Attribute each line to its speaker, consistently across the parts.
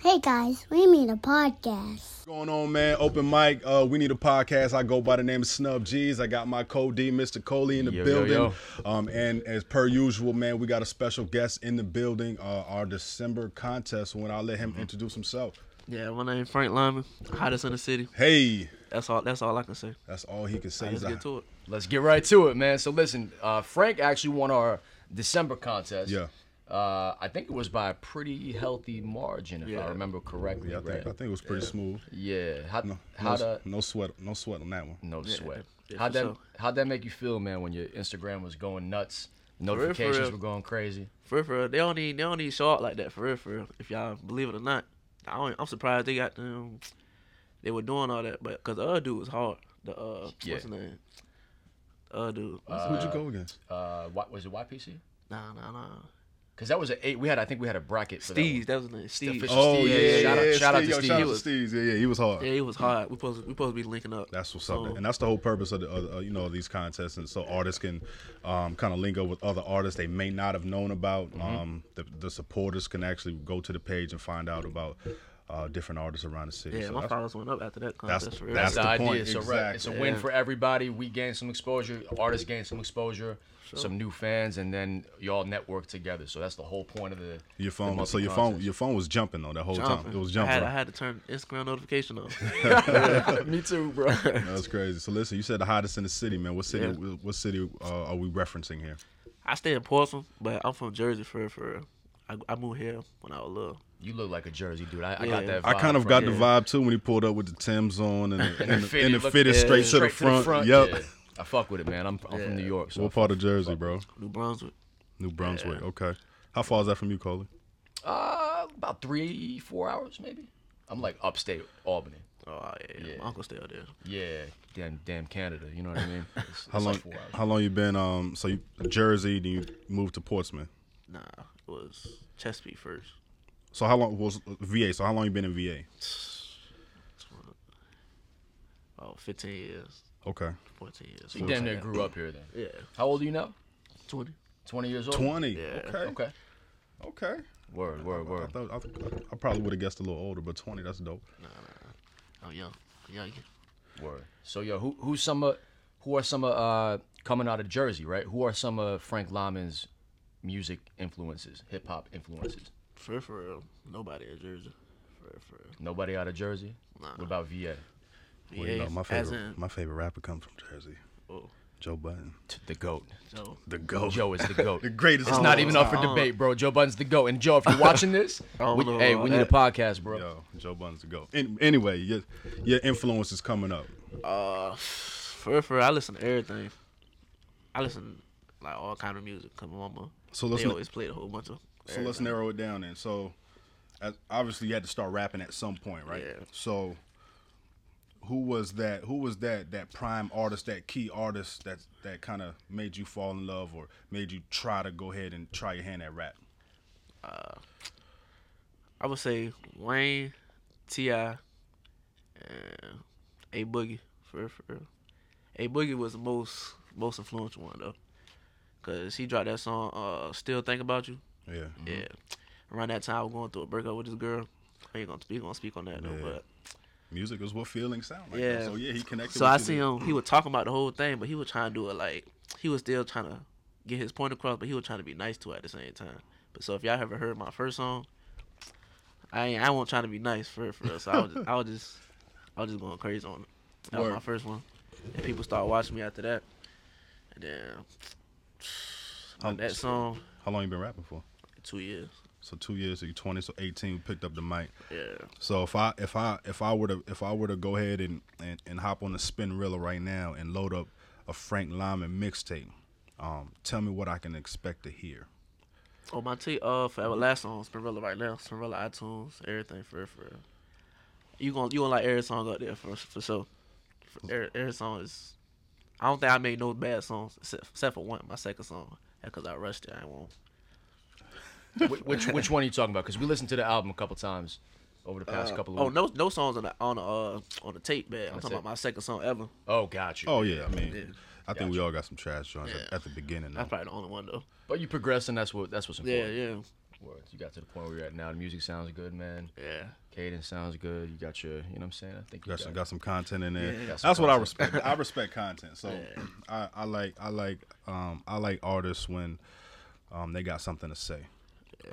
Speaker 1: Hey guys, we need a podcast.
Speaker 2: Going on, man. Open mic. Uh, we need a podcast. I go by the name of Snub G's. I got my co D, Mr. Coley, in the
Speaker 3: Yo, yo,
Speaker 2: building.
Speaker 3: yo.
Speaker 2: Um, and as per usual, man, we got a special guest in the building. Uh, our December contest. When I let him
Speaker 3: Mm-hmm.
Speaker 2: introduce himself.
Speaker 4: Yeah, my name Frank Lyman, hottest in the city.
Speaker 2: Hey,
Speaker 4: That's all. That's all I can say.
Speaker 2: that's all he could say.
Speaker 4: Let's
Speaker 2: He's
Speaker 4: get
Speaker 2: a-
Speaker 4: to it.
Speaker 3: Let's get right to it, man. So listen, uh, Frank actually won our December contest.
Speaker 2: Yeah.
Speaker 3: Uh, I think it was by a pretty healthy margin, if I
Speaker 4: Yeah.
Speaker 3: remember correctly.
Speaker 2: yeah, I think, I
Speaker 3: right?
Speaker 2: think it was pretty smooth.
Speaker 3: yeah. How,
Speaker 2: No,
Speaker 3: how
Speaker 2: no,
Speaker 3: to?
Speaker 2: no sweat, no sweat on that one.
Speaker 3: No sweat.
Speaker 4: yeah,
Speaker 3: how'd
Speaker 4: for
Speaker 3: that?
Speaker 4: sure.
Speaker 3: How'd that make you feel, man? When your Instagram was going nuts,
Speaker 4: real, for
Speaker 3: notifications
Speaker 4: real.
Speaker 3: were going crazy.
Speaker 4: For real, for real, they don't need. They don't need show out like that. For real, for real. If y'all believe it or not, I don't, I'm surprised they got them. They were doing all that, but cause the other dude was hard. The uh,
Speaker 3: Yeah.
Speaker 4: what's his name? The other dude.
Speaker 2: Who'd you go against?
Speaker 3: Uh, what was it? YPC?
Speaker 4: nah, nah, nah.
Speaker 3: Because that was an eight. We had, I think, we had a bracket. For that
Speaker 4: Steve. That was his name. Steve.
Speaker 3: official-
Speaker 2: Oh
Speaker 3: Steve,
Speaker 2: yeah,
Speaker 3: yeah,
Speaker 2: yeah,
Speaker 3: shout out-
Speaker 2: yeah,
Speaker 3: shout out to
Speaker 2: yo,
Speaker 3: Steve.
Speaker 2: Shout out
Speaker 4: He
Speaker 2: to
Speaker 4: was-
Speaker 2: Steve. Yeah, yeah, he was hard.
Speaker 4: Yeah, he was hard. We supposed we supposed to be linking up.
Speaker 2: That's what's up,
Speaker 4: So-
Speaker 2: and that's the whole purpose of, the, of, of, you know these contests, and so artists can um, kind of link up with other artists they may not have known about. Um, the, the supporters can actually go to the page and find out about uh, different artists around the city.
Speaker 4: yeah,
Speaker 2: so
Speaker 4: my
Speaker 2: that's,
Speaker 4: followers went up after that
Speaker 2: that's,
Speaker 4: contest.
Speaker 2: that's,
Speaker 4: for real.
Speaker 2: the,
Speaker 3: the, idea.
Speaker 2: point.
Speaker 3: So right, it's a win
Speaker 4: Yeah.
Speaker 3: for everybody. We gain some exposure. Artists gain some exposure. Some new fans, and then y'all network together. So that's the whole point of the.
Speaker 2: Your phone,
Speaker 3: the
Speaker 2: so your phone,
Speaker 3: monthly
Speaker 2: your phone was jumping though the whole time.
Speaker 4: Jumping.
Speaker 2: It was
Speaker 4: I
Speaker 2: jumping.
Speaker 4: had, I had to turn Instagram notification on.
Speaker 3: contest. Me too, bro.
Speaker 2: That's crazy. So listen, you said the hottest in the city, man. What city?
Speaker 4: Yeah.
Speaker 2: What city uh, are we referencing here?
Speaker 4: I stay in Portsmouth, but I'm from Jersey for real, for real. I, I moved here when I was little.
Speaker 3: You look like a Jersey dude. I, I
Speaker 4: Yeah.
Speaker 3: got that.
Speaker 2: I
Speaker 3: vibe
Speaker 2: kind of
Speaker 3: from
Speaker 2: got
Speaker 3: you.
Speaker 2: the vibe too when he pulled up with the Tim's on and the, and the,
Speaker 3: fitted,
Speaker 2: and the
Speaker 3: look-
Speaker 2: fitted
Speaker 3: yeah,
Speaker 2: straight, to, the front. Yep.
Speaker 3: yeah. I fuck with it, man. I'm, I'm from New York, so
Speaker 2: What part of Jersey, bro?
Speaker 4: New Brunswick.
Speaker 2: New Brunswick. Okay. How far is that from you, Coley?
Speaker 3: uh, about three, four hours maybe. I'm like upstate Albany.
Speaker 4: Oh yeah,
Speaker 3: Yeah.
Speaker 4: my uncle stayed out there.
Speaker 3: Yeah, damn, damn Canada. You know what I mean? It's,
Speaker 2: How
Speaker 3: it's
Speaker 2: long?
Speaker 3: Like four hours.
Speaker 2: How long you been? Um, so you, Jersey, then you moved to Portsmouth.
Speaker 4: Nah, it was Chesapeake first.
Speaker 2: So how long was VA? So how long you been in VA?
Speaker 4: Oh, 15 years,
Speaker 2: Okay,
Speaker 4: 14 years.
Speaker 3: You damn near grew up here then.
Speaker 4: Yeah,
Speaker 3: How old are you now?
Speaker 4: 20.
Speaker 3: Twenty years old.
Speaker 2: twenty.
Speaker 4: Yeah.
Speaker 2: Okay.
Speaker 3: Okay.
Speaker 2: Okay.
Speaker 3: Word, word,
Speaker 2: I,
Speaker 3: word.
Speaker 2: thought, I, I probably would have guessed a little older, but twenty. That's dope.
Speaker 4: I'm young. I'm young.
Speaker 3: Word. So yo, who who's some of who are some of uh coming out of Jersey, right? Who are some of Frank Lyman's music influences, hip hop influences?
Speaker 4: For real, for real. Nobody in Jersey. For real, for real.
Speaker 3: Nobody out of Jersey.
Speaker 4: Nah.
Speaker 3: What about VA?
Speaker 2: Well, you know,
Speaker 4: VA,
Speaker 2: my
Speaker 4: as
Speaker 2: favorite,
Speaker 4: in-
Speaker 2: my favorite rapper comes from Jersey.
Speaker 4: oh,
Speaker 2: Joe Button,
Speaker 3: The goat.
Speaker 4: so,
Speaker 2: the goat.
Speaker 3: Joe is the goat.
Speaker 2: the greatest.
Speaker 3: It's not even up for debate, bro. Joe Budden's the goat. And Joe, if you're watching this,
Speaker 4: don't
Speaker 3: we,
Speaker 4: know
Speaker 3: hey,
Speaker 4: about
Speaker 3: we need a
Speaker 4: that.
Speaker 3: podcast, bro.
Speaker 2: Yo, Joe Button's the goat. An- anyway, your your influence is coming up.
Speaker 4: uh, for real, for real, I listen to everything. I listen like all kind of music. Come on, mama.
Speaker 2: So
Speaker 4: They
Speaker 2: let's
Speaker 4: always played a whole bunch of.
Speaker 2: So let's narrow it down then. So, as- obviously, you had to start rapping at some point, right?
Speaker 4: Yeah.
Speaker 2: So, who was that? Who was that? That prime artist, that key artist, that that kind of made you fall in love or made you try to go ahead and try your hand at rap?
Speaker 4: I would say Wayne, Ti, and A Boogie for real, for real. A Boogie was the most most influential one though, cause he dropped that song. Uh, still think about you.
Speaker 2: Yeah.
Speaker 4: Yeah. Around that time, I was going through a breakup with this girl. I ain't gonna speak gonna speak on that though,
Speaker 2: Yeah.
Speaker 4: but
Speaker 2: Music is what feelings sound like.
Speaker 4: Yeah.
Speaker 2: So yeah, he connected.
Speaker 4: so
Speaker 2: with
Speaker 4: I
Speaker 2: you
Speaker 4: see
Speaker 2: to-
Speaker 4: him. He was talking about the whole thing, but he was trying to do it like he was still trying to get his point across, but he was trying to be nice to it at the same time. But so if y'all ever heard my first song, I ain't, I won't trying to be nice for for us. So I was just, I was just I was just going crazy on it. That was my
Speaker 2: Word.
Speaker 4: first one, and people started watching me after that. And then
Speaker 2: How,
Speaker 4: that song,
Speaker 2: how long you been rapping for?
Speaker 4: two years.
Speaker 2: So two years. So you're 20. So 18. Picked up the mic.
Speaker 4: Yeah,
Speaker 2: So if I if I if I were to if I were to go ahead and and, and hop on the spin reel right now and load up a Frank Lyman mixtape, um, tell me what I can expect to hear.
Speaker 4: on my T uh forever last song, Spinrilla right now, Spinrilla iTunes, everything for real, for real. You gonna you gonna like every song up there for for sure. For- Every, every song is. I don't think I made no bad songs except, except for one, my second song, because I rushed it. I won't.
Speaker 3: Wh- Which which one are you talking about? Because we listened to the album a couple times over the past couple of
Speaker 4: Oh
Speaker 3: weeks.
Speaker 4: no, no songs on the on the uh, on the tape, man. I'm
Speaker 3: the
Speaker 4: talking
Speaker 3: tape.
Speaker 4: about my second song ever.
Speaker 3: Oh, got you.
Speaker 2: Oh yeah, I mean,
Speaker 4: Yeah.
Speaker 2: I think we all got some trash joints at-
Speaker 4: Yeah.
Speaker 2: at, the beginning. Though.
Speaker 4: That's probably the only one though.
Speaker 3: But you progress, and that's what that's what's
Speaker 4: Yeah,
Speaker 3: important.
Speaker 4: yeah.
Speaker 3: Words. You got to the point where you're at now. The music sounds good, man.
Speaker 4: Yeah.
Speaker 3: Cadence sounds good. You got your, you know what I'm saying? I think you
Speaker 2: Got
Speaker 3: got
Speaker 2: some, got some content in there.
Speaker 4: Yeah.
Speaker 3: Got some
Speaker 2: That's what I
Speaker 3: content.
Speaker 2: respect. I respect content. So I, I like I like um, I like artists when um, they got something to say.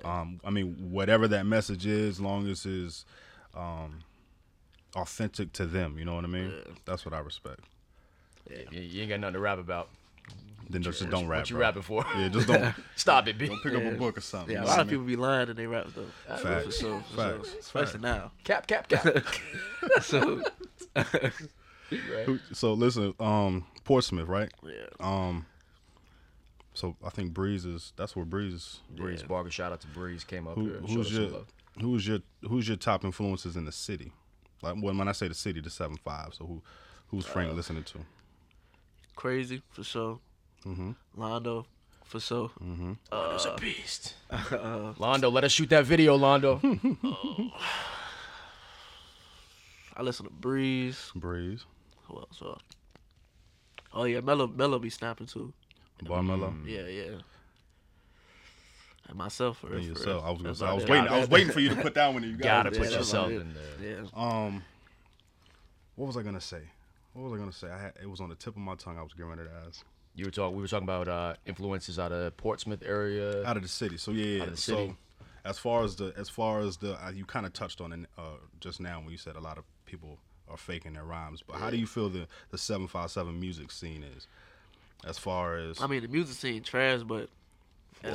Speaker 2: Um, I mean, whatever that message is, long as it's um, authentic to them. You know what I mean? That's what I respect.
Speaker 3: You, you ain't got nothing to rap about.
Speaker 2: Then just, just don't rap.
Speaker 3: what you
Speaker 2: bro.
Speaker 3: rapping for?
Speaker 2: Yeah, just don't
Speaker 3: Stop it, B.
Speaker 2: don't pick up a book or something.
Speaker 4: Yeah,
Speaker 2: you
Speaker 4: a
Speaker 2: know
Speaker 4: lot
Speaker 2: what
Speaker 4: of
Speaker 2: I mean?
Speaker 4: people be lying and they rap though.
Speaker 2: Facts.
Speaker 4: For sure, for sure.
Speaker 2: Facts.
Speaker 4: Especially now.
Speaker 3: Cap, cap, cap.
Speaker 4: So
Speaker 3: right.
Speaker 2: So listen, um, Portsmouth, right?
Speaker 4: yeah.
Speaker 2: Um, so I think Breeze is that's where Breeze is.
Speaker 3: Breeze Barker, shout out to Breeze, came up
Speaker 2: Who,
Speaker 3: here. and showed us
Speaker 2: who's
Speaker 3: some
Speaker 2: your
Speaker 3: love.
Speaker 2: who's your who's your top influences in the city? Like when when I say the city, the seven five. So who who's
Speaker 3: Uh,
Speaker 2: Frank listening to?
Speaker 4: Crazy for sure. Mm-hmm. Londo for sure.
Speaker 3: Londo's Oh, a beast. Uh, Londo, let us shoot that video, Londo.
Speaker 4: I listen to Breeze.
Speaker 2: Breeze,
Speaker 4: Who else? Uh, oh yeah, Mello Mello be snapping too.
Speaker 2: Barmelo,
Speaker 3: Mm,
Speaker 4: Yeah, yeah. And myself for
Speaker 2: Mm. and
Speaker 4: real, for
Speaker 2: yourself.
Speaker 4: real.
Speaker 2: I was gonna
Speaker 4: That's
Speaker 2: say, I
Speaker 4: all
Speaker 2: was
Speaker 4: I
Speaker 2: waiting.
Speaker 4: got.
Speaker 2: I was waiting for you to put that one. in. You got
Speaker 3: Gotta
Speaker 2: it.
Speaker 4: Yeah,
Speaker 3: put
Speaker 4: that's
Speaker 3: yourself
Speaker 4: it.
Speaker 3: in there.
Speaker 4: Yeah.
Speaker 2: Um, what was I gonna say? What was I gonna say? I had, it was on the tip of my tongue. I was getting ready to ask.
Speaker 3: You were talking. We were talking about uh, influences out of Portsmouth area.
Speaker 2: out of the city. So yeah, yeah.
Speaker 3: Out of the
Speaker 2: so
Speaker 3: city.
Speaker 2: as far as the as far as the uh, you kind of touched on it uh, just now when you said a lot of people are faking their rhymes, but how do you feel the the seven five seven music scene is as far as
Speaker 4: I mean the music scene trash, but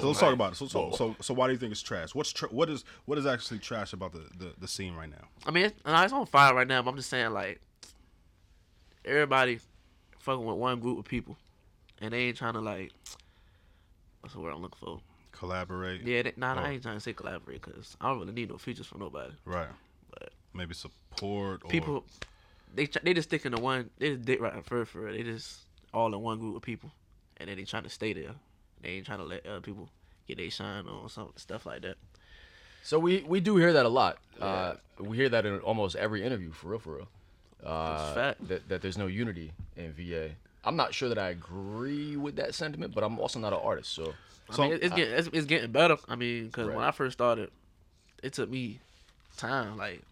Speaker 2: so let's talk about it. So, so so so why do you think it's trash? What's tra- what is what is actually trash about the the, the scene right now?
Speaker 4: I mean, it's, nah, it's on fire right now, but I'm just saying, like, everybody fucking with one group of people. And they ain't trying to, like, what's the word I'm looking for?
Speaker 2: Collaborate.
Speaker 4: Yeah, they, nah, nah,
Speaker 2: Oh.
Speaker 4: I ain't trying to say collaborate because I don't really need no features from nobody.
Speaker 2: Right.
Speaker 4: But
Speaker 2: Maybe support or
Speaker 4: people, they tr- they just sticking to one, they just dick right for for real. They just all in one group of people. And then they trying to stay there. They ain't trying to let other people get their shine on, some stuff like that.
Speaker 3: So we we do hear that a lot. Uh, we hear that in almost every interview, for real, for real. Uh,
Speaker 4: fact.
Speaker 3: That, that there's no unity in VA. I'm not sure that I agree with that sentiment, but I'm also not an artist, so
Speaker 4: I mean, it's, it's getting it's, it's getting better. I mean, because when
Speaker 3: Right.
Speaker 4: I first started, it took me time, like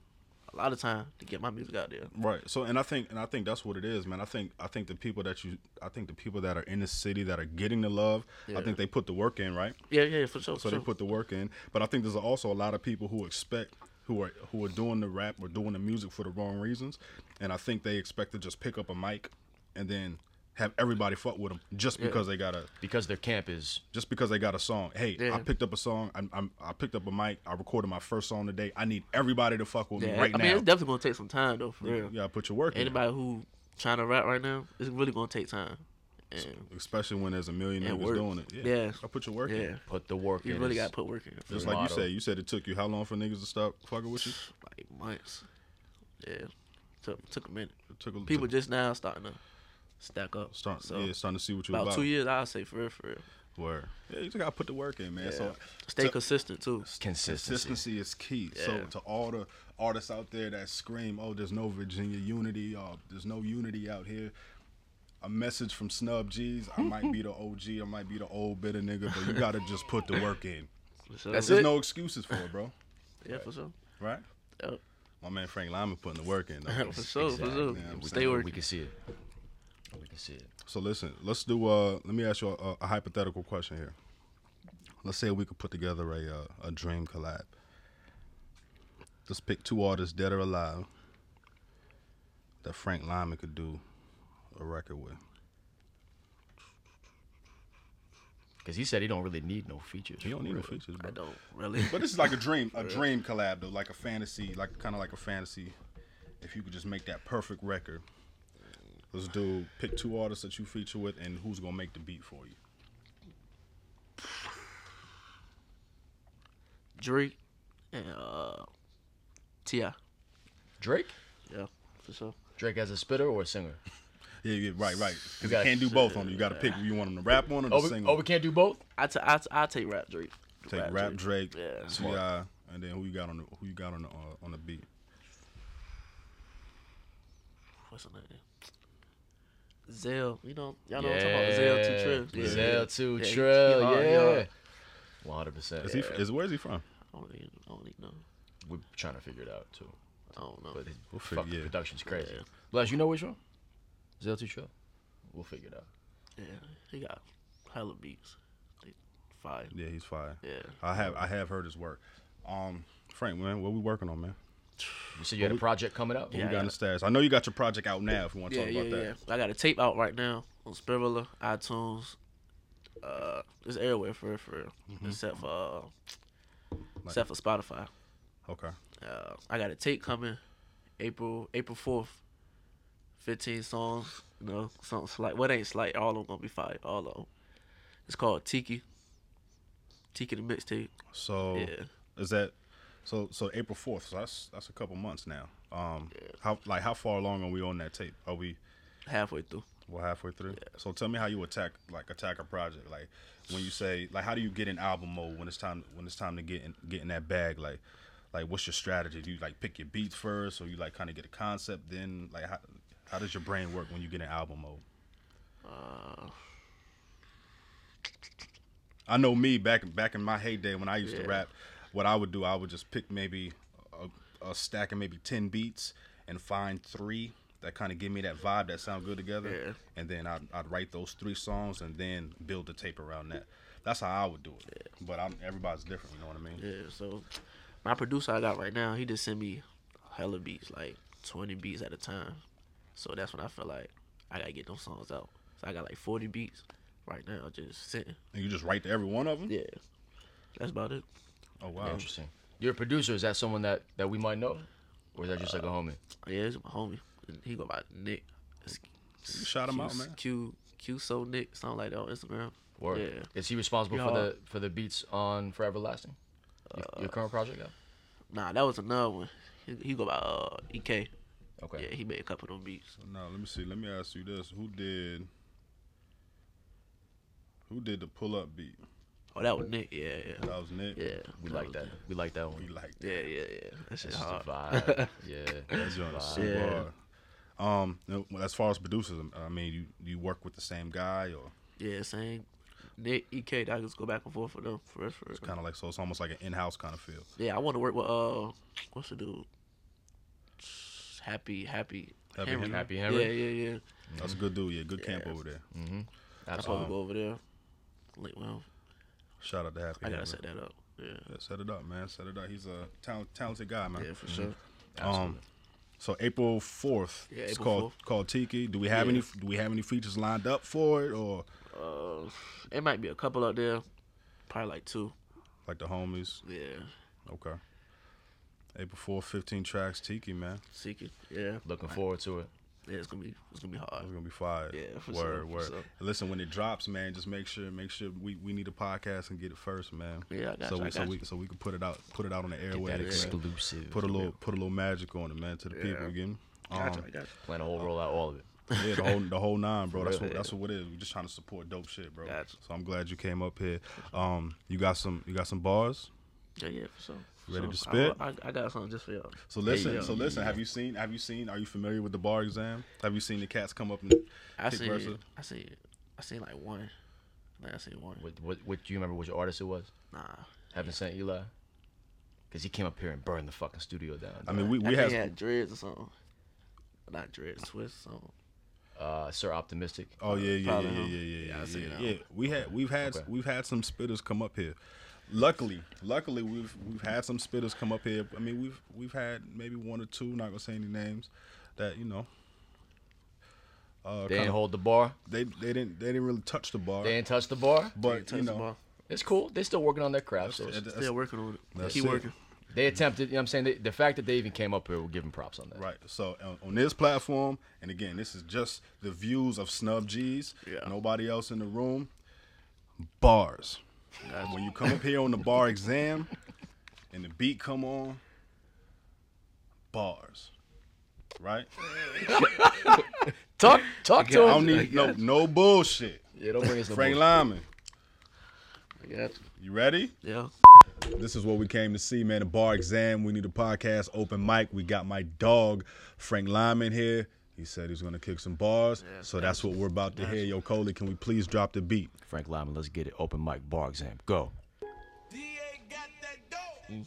Speaker 4: a lot of time, to get my music out there.
Speaker 2: Right. So and I think and I think that's what it is, man. I think I think the people that you I think the people that are in the city that are getting the love, I think they put the work in, right?
Speaker 4: Yeah, yeah, for
Speaker 2: so
Speaker 4: sure. for
Speaker 2: they
Speaker 4: sure.
Speaker 2: put the work in. But I think there's also a lot of people who expect who are who are doing the rap or doing the music for the wrong reasons, and I think they expect to just pick up a mic and then have everybody fuck with them just because they got a
Speaker 3: because their camp is
Speaker 2: just because they got a song. Hey, I
Speaker 4: Yeah.
Speaker 2: picked up a song. I'm, I'm I picked up a mic. I recorded my first song today. I need everybody to fuck with
Speaker 4: yeah,
Speaker 2: me right
Speaker 4: I
Speaker 2: now.
Speaker 4: mean, it's definitely gonna take some time though, for real.
Speaker 2: you gotta put your work in,
Speaker 4: Anybody who trying to rap right now, it's really gonna take time. And
Speaker 2: especially when there's a million
Speaker 4: It
Speaker 2: niggas
Speaker 4: works.
Speaker 2: doing it.
Speaker 4: Yeah.
Speaker 2: I put your work
Speaker 4: yeah,
Speaker 2: in.
Speaker 3: put the work
Speaker 4: you
Speaker 3: in.
Speaker 4: really
Speaker 3: It's-
Speaker 4: gotta put work in. For
Speaker 2: Just
Speaker 4: real.
Speaker 2: like you
Speaker 3: Motto.
Speaker 2: said, you said it took you how long for niggas to stop fucking with you?
Speaker 4: like months. Yeah, took took a minute.
Speaker 2: It took a,
Speaker 4: People
Speaker 2: took-
Speaker 4: just now starting to stack up.
Speaker 2: start,
Speaker 4: so
Speaker 2: yeah, starting to see what you
Speaker 4: about,
Speaker 2: about.
Speaker 4: two years, I'll say for real, for real.
Speaker 2: Word. Yeah, you just gotta put the work in, man. So
Speaker 4: Stay
Speaker 2: to-
Speaker 4: consistent too.
Speaker 3: consistency.
Speaker 2: consistency is key. So
Speaker 4: Yeah.
Speaker 2: to all the artists out there that scream, "Oh, there's no Virginia unity. Or there's no unity out here." A message from Snub G's. I might be the OG. I might be the old bitter nigga, but you gotta just put the work in.
Speaker 4: For sure.
Speaker 3: That's
Speaker 2: There's
Speaker 3: it.
Speaker 2: no excuses for it, bro.
Speaker 4: Yeah, for sure.
Speaker 2: Right?
Speaker 4: Yeah.
Speaker 2: My man Frank Lyman putting the work in. Though.
Speaker 4: For sure, for sure.
Speaker 2: Yeah, I'm
Speaker 4: Stay
Speaker 3: We
Speaker 4: working.
Speaker 3: can see it. We can see it.
Speaker 2: So listen, let's do. Uh, let me ask you a, a hypothetical question here. Let's say we could put together a uh, a dream collab. Let's pick two artists, dead or alive, that Frank Lyman could do a record with.
Speaker 3: Because he said he don't really need no features.
Speaker 2: You don't need no
Speaker 3: Really.
Speaker 2: features, bro.
Speaker 4: I don't really.
Speaker 2: But this is like a dream, a dream collab though, like a fantasy, like kind of like a fantasy. If you could just make that perfect record, let's do pick two artists that you feature with, and who's gonna make the beat for you.
Speaker 4: Drake and uh, Ti.
Speaker 3: Drake.
Speaker 4: Yeah, for sure.
Speaker 3: Drake as a spitter or a singer.
Speaker 2: Yeah, yeah, right, right. Because you
Speaker 3: got-
Speaker 2: can't do both on them. You got to pick. You want them to rap on or to
Speaker 3: Oh, we,
Speaker 2: sing
Speaker 3: oh,
Speaker 2: on.
Speaker 3: we can't do both.
Speaker 4: I t- I t- I take rap Drake.
Speaker 2: Take rap, Drake,
Speaker 4: Yeah.
Speaker 2: Ti, and then who you got on the who you got on the uh, on the beat?
Speaker 4: What's her name? Zell. You know, y'all know what I'm talking about. Zell two trips.
Speaker 3: Zell two
Speaker 4: Yeah, he-
Speaker 3: trill.
Speaker 4: he hard, he
Speaker 3: Yeah.
Speaker 4: hard.
Speaker 3: One hundred percent.
Speaker 2: Is he? Is where's he from?
Speaker 4: I don't even, I don't even know.
Speaker 3: We're trying to figure it out too,
Speaker 4: I don't know.
Speaker 3: but his
Speaker 2: We'll figure-
Speaker 3: fucking
Speaker 2: yeah.
Speaker 3: production's crazy. Bless, you know which one? ZLT show. We'll figure it out.
Speaker 4: yeah, he got hella beats. They fire.
Speaker 2: Yeah, he's fire.
Speaker 4: Yeah.
Speaker 2: I have I have heard his work. Um, Frank, man, what we working on, man?
Speaker 3: You said you had a project coming up.
Speaker 2: What
Speaker 4: Yeah,
Speaker 2: we got in the stash? I know you got your project out now. If you want to
Speaker 4: Yeah,
Speaker 2: talk
Speaker 4: yeah,
Speaker 2: about that,
Speaker 4: yeah. I got a tape out right now on Spirilla, iTunes. Uh, it's everywhere for real, for real.
Speaker 2: Mm-hmm.
Speaker 4: except for uh, except for Spotify.
Speaker 2: okay.
Speaker 4: Uh, I got a tape coming April April fourth. Fifteen songs, you know, something slight. What ain't slight? All of them gonna be fire. All of them. It's called Tiki. Tiki the mixtape.
Speaker 2: So
Speaker 4: Yeah.
Speaker 2: is that so? So April fourth. So that's that's a couple months now. Um, how like how far along are we on that tape? Are we
Speaker 4: Halfway through.
Speaker 2: we're halfway through? So tell me how you attack like attack a project. Like when you say like how do you get in album mode when it's time when it's time to get in get in that bag like. Like, what's your strategy? Do you like pick your beats first, or you like kind of get a concept? Then, like, how, how does your brain work when you get in album mode? I know me back back in my heyday when I used to
Speaker 4: Yeah.
Speaker 2: rap, what I would do, I would just pick maybe a, a stack of maybe ten beats and find three that kind of give me that vibe that sound good together,
Speaker 4: Yeah.
Speaker 2: and then I'd, I'd write those three songs and then build the tape around that. That's how I would do it. But I'm, everybody's different, you know what I mean?
Speaker 4: Yeah, so my producer I got right now, he just sent me hella beats, like twenty beats at a time. So that's when I feel like I gotta get those songs out. So I got like forty beats right now, just sitting.
Speaker 2: And you just write to every one of them.
Speaker 4: Yeah, that's about it.
Speaker 2: Oh wow.
Speaker 3: Interesting. Your producer is that someone that that we might know, or is that just like a homie?
Speaker 4: Yeah, it's my homie. He go by Nick. It's
Speaker 2: Shout him
Speaker 4: Q-
Speaker 2: out, man.
Speaker 4: Q Q so Nick, something like that on Instagram.
Speaker 3: Or
Speaker 4: Yeah,
Speaker 3: is he responsible for
Speaker 4: Yeah.
Speaker 3: the for the beats on Forever Lasting? Your- your current project? Yeah.
Speaker 4: nah, that was another one. He, he go by uh, Ek.
Speaker 3: Okay.
Speaker 4: Yeah, he made a couple of them beats.
Speaker 2: Now let me see. Let me ask you this: Who did? Who did the pull up beat?
Speaker 4: Oh, that was Nick. Yeah, yeah,
Speaker 2: That was Nick.
Speaker 4: yeah.
Speaker 3: We like that. We like that
Speaker 2: We
Speaker 3: one.
Speaker 2: like
Speaker 4: Yeah, yeah, yeah. That shit
Speaker 3: It's just
Speaker 4: hard.
Speaker 3: a vibe. Yeah.
Speaker 2: That joint is
Speaker 4: Yeah.
Speaker 2: super hard. Um, now, well, as far as producers, um, I mean, you you work with the same guy, or
Speaker 4: Yeah, same. Nick, EK, I just go back and forth with them. For, real, for, real.
Speaker 2: it's kind of like so it's almost like an in-house kind of feel.
Speaker 4: yeah, I want to work with, uh, what's the dude? Happy, happy.
Speaker 2: Happy
Speaker 4: Henry.
Speaker 2: Henry?
Speaker 3: Happy Henry?
Speaker 4: Yeah, yeah, yeah.
Speaker 2: That's a good dude, yeah, good camp over there.
Speaker 4: I'll
Speaker 2: Um,
Speaker 4: probably go over there. Like, well,
Speaker 2: Shout out to Happy.
Speaker 4: I gotta
Speaker 2: Hammer.
Speaker 4: set that up. Yeah,
Speaker 2: Yeah, set it up, man. Set it up. He's a talent, talented guy, man.
Speaker 4: yeah, for sure.
Speaker 2: um, so April fourth,
Speaker 4: Yeah,
Speaker 2: it's
Speaker 4: April
Speaker 2: called
Speaker 4: 4th.
Speaker 2: called Tiki. Do we have any do we have any features lined up for it, or
Speaker 4: Uh, it might be a couple out there, probably like two.
Speaker 2: like the homies?
Speaker 4: Yeah,
Speaker 2: Okay. April 4th, 15 tracks, Tiki, man.
Speaker 4: seek it. Yeah,
Speaker 3: Looking forward to it.
Speaker 4: yeah, it's gonna be, it's gonna be hard.
Speaker 2: It's gonna be fire.
Speaker 4: Yeah, for
Speaker 2: word,
Speaker 4: sure, for
Speaker 2: word.
Speaker 4: sure.
Speaker 2: Listen, when it drops, man, just make sure, make sure we, we need a podcast and get it first, man.
Speaker 4: Yeah, I got
Speaker 2: so
Speaker 4: you,
Speaker 2: we
Speaker 4: I
Speaker 2: so
Speaker 4: got
Speaker 2: we so we can put it out, put it out on the
Speaker 3: That
Speaker 2: airwaves, man.
Speaker 3: exclusive.
Speaker 2: Put a little, put a little magic on it, man, to the people again.
Speaker 4: Gotcha,
Speaker 2: Um,
Speaker 4: I got
Speaker 3: Plan a whole rollout, all of it.
Speaker 2: yeah, the whole the whole nine, bro. That's
Speaker 3: real,
Speaker 2: what that's what it is. We're just trying to support dope shit, bro.
Speaker 4: Gotcha.
Speaker 2: So I'm glad you came up here. Um, you got some you got some bars.
Speaker 4: you. Yeah, yeah, for sure. For
Speaker 2: Ready to
Speaker 4: sure.
Speaker 2: spit?
Speaker 4: I, I, I got something just for y'all.
Speaker 2: So listen,
Speaker 4: Hey,
Speaker 2: so
Speaker 4: yo.
Speaker 2: listen. Have you seen? Have you seen? Are you familiar with the bar exam? Have you seen the cats come up and
Speaker 4: I
Speaker 2: pick
Speaker 4: see.
Speaker 2: verses?
Speaker 4: I see. I seen like one. Like I seen one.
Speaker 3: What, what, what do you remember which artist it was?
Speaker 4: Nah.
Speaker 3: Haven't sent Eli? Because he came up here and burned the fucking studio down.
Speaker 2: I mean, we
Speaker 4: We
Speaker 2: we
Speaker 4: had,
Speaker 2: had
Speaker 4: had dreads or something. Not dreads, twist or something.
Speaker 3: uh, Sir Optimistic.
Speaker 2: Oh yeah, yeah, yeah,
Speaker 4: Probably,
Speaker 2: yeah,
Speaker 4: huh?
Speaker 2: yeah, yeah,
Speaker 4: Yeah, I
Speaker 2: yeah,
Speaker 4: see
Speaker 2: yeah,
Speaker 4: that
Speaker 2: yeah. We had, we've had, we've had some spitters come up here. Luckily, luckily, we've we've had some spitters come up here. I mean, we've we've had maybe one or two. Not gonna say any names. That you know, uh,
Speaker 3: They
Speaker 2: kinda- Uh,
Speaker 3: didn't hold the bar.
Speaker 2: they they didn't they didn't really touch the bar,
Speaker 3: They didn't touch the bar.
Speaker 2: but
Speaker 4: Touch
Speaker 2: you
Speaker 4: the
Speaker 2: know,
Speaker 4: ball.
Speaker 3: It's cool. They're still working on their craft. So
Speaker 2: it-
Speaker 3: it's-
Speaker 2: that's-
Speaker 4: Still working on it.
Speaker 2: that's
Speaker 4: Keep
Speaker 2: it.
Speaker 4: working.
Speaker 3: they attempted, you know what I'm saying? They, the fact that they even came up here, we're giving props on that.
Speaker 2: Right. So on, on this platform, and again, this is just the views of Snub G's.
Speaker 4: Yeah.
Speaker 2: Nobody else in the room. Bars. When you come up here on the bar exam, and the beat come on, bars. Right.
Speaker 3: Talk, talk
Speaker 2: I
Speaker 3: to
Speaker 2: don't
Speaker 3: him.
Speaker 2: need no no bullshit.
Speaker 3: yeah, don't bring us no
Speaker 2: Frank
Speaker 3: bullshit.
Speaker 2: Lyman,
Speaker 4: I got you.
Speaker 2: you ready?
Speaker 4: Yeah.
Speaker 2: This is what we came to see, man. The bar exam. We need a podcast, open mic. We got my dog, Frank Lyman, here. He said he's gonna kick some bars. so that's what we're about to hear. Yo, Coley, can we please drop the beat?
Speaker 3: Frank Lyman, let's get it. Open mic, bar exam. Go.
Speaker 4: Mm.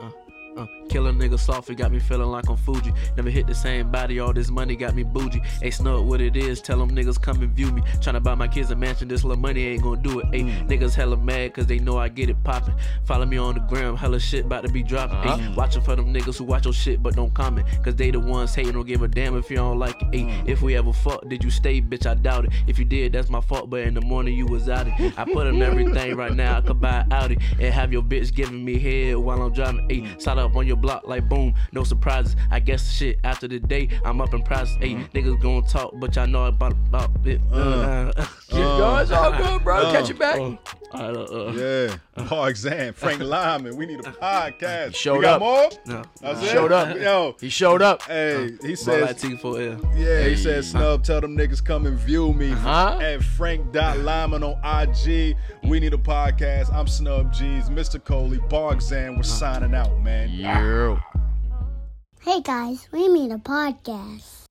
Speaker 4: Uh, uh, Killer nigga softly got me feeling like I'm Fuji. Never hit the same body, all this money got me bougie. Ain't snug what it is, tell them niggas come and view me. Tryna buy my kids a mansion, this little money ain't gonna do it. Ayy, niggas hella mad cause they know I get it poppin'. Follow me on the gram, hella shit about to be dropping. Ayy, watchin' for them niggas who watch your shit but don't comment. Cause they the ones hating, don't give a damn if you don't like it. Ayy, if we ever fuck, did you stay, bitch? I doubt it. If you did, that's my fault, but in the morning you was out it. I put in everything right now, I could buy an Audi and have your bitch giving me head while I'm driving. Ayy, slide up on your block like boom, no surprises. I guess shit after the day, I'm up in process. Ayy, niggas gonna talk, but y'all know about, about it. Uh,
Speaker 3: Yo, it's all good, bro.
Speaker 2: uh,
Speaker 3: Catch you back.
Speaker 4: all right, uh, uh,
Speaker 2: Yeah. Bar exam. Frank Lyman. We need a podcast.
Speaker 3: showed
Speaker 2: we got
Speaker 3: up.
Speaker 2: more?
Speaker 4: no.
Speaker 2: That's
Speaker 3: He
Speaker 2: it?
Speaker 3: showed up.
Speaker 2: Yo.
Speaker 3: He Uh, showed up.
Speaker 2: Hey, he
Speaker 4: More
Speaker 2: says
Speaker 4: like T4L.
Speaker 2: Yeah, he said, Snub, tell them niggas come and view me
Speaker 3: Uh-huh.
Speaker 2: at frank.lyman on IG. We need a podcast. I'm Snub G's, Mr. Coley, Bargzan.
Speaker 3: Uh-huh.
Speaker 2: We're signing out, man.
Speaker 1: Hey guys, we need a podcast.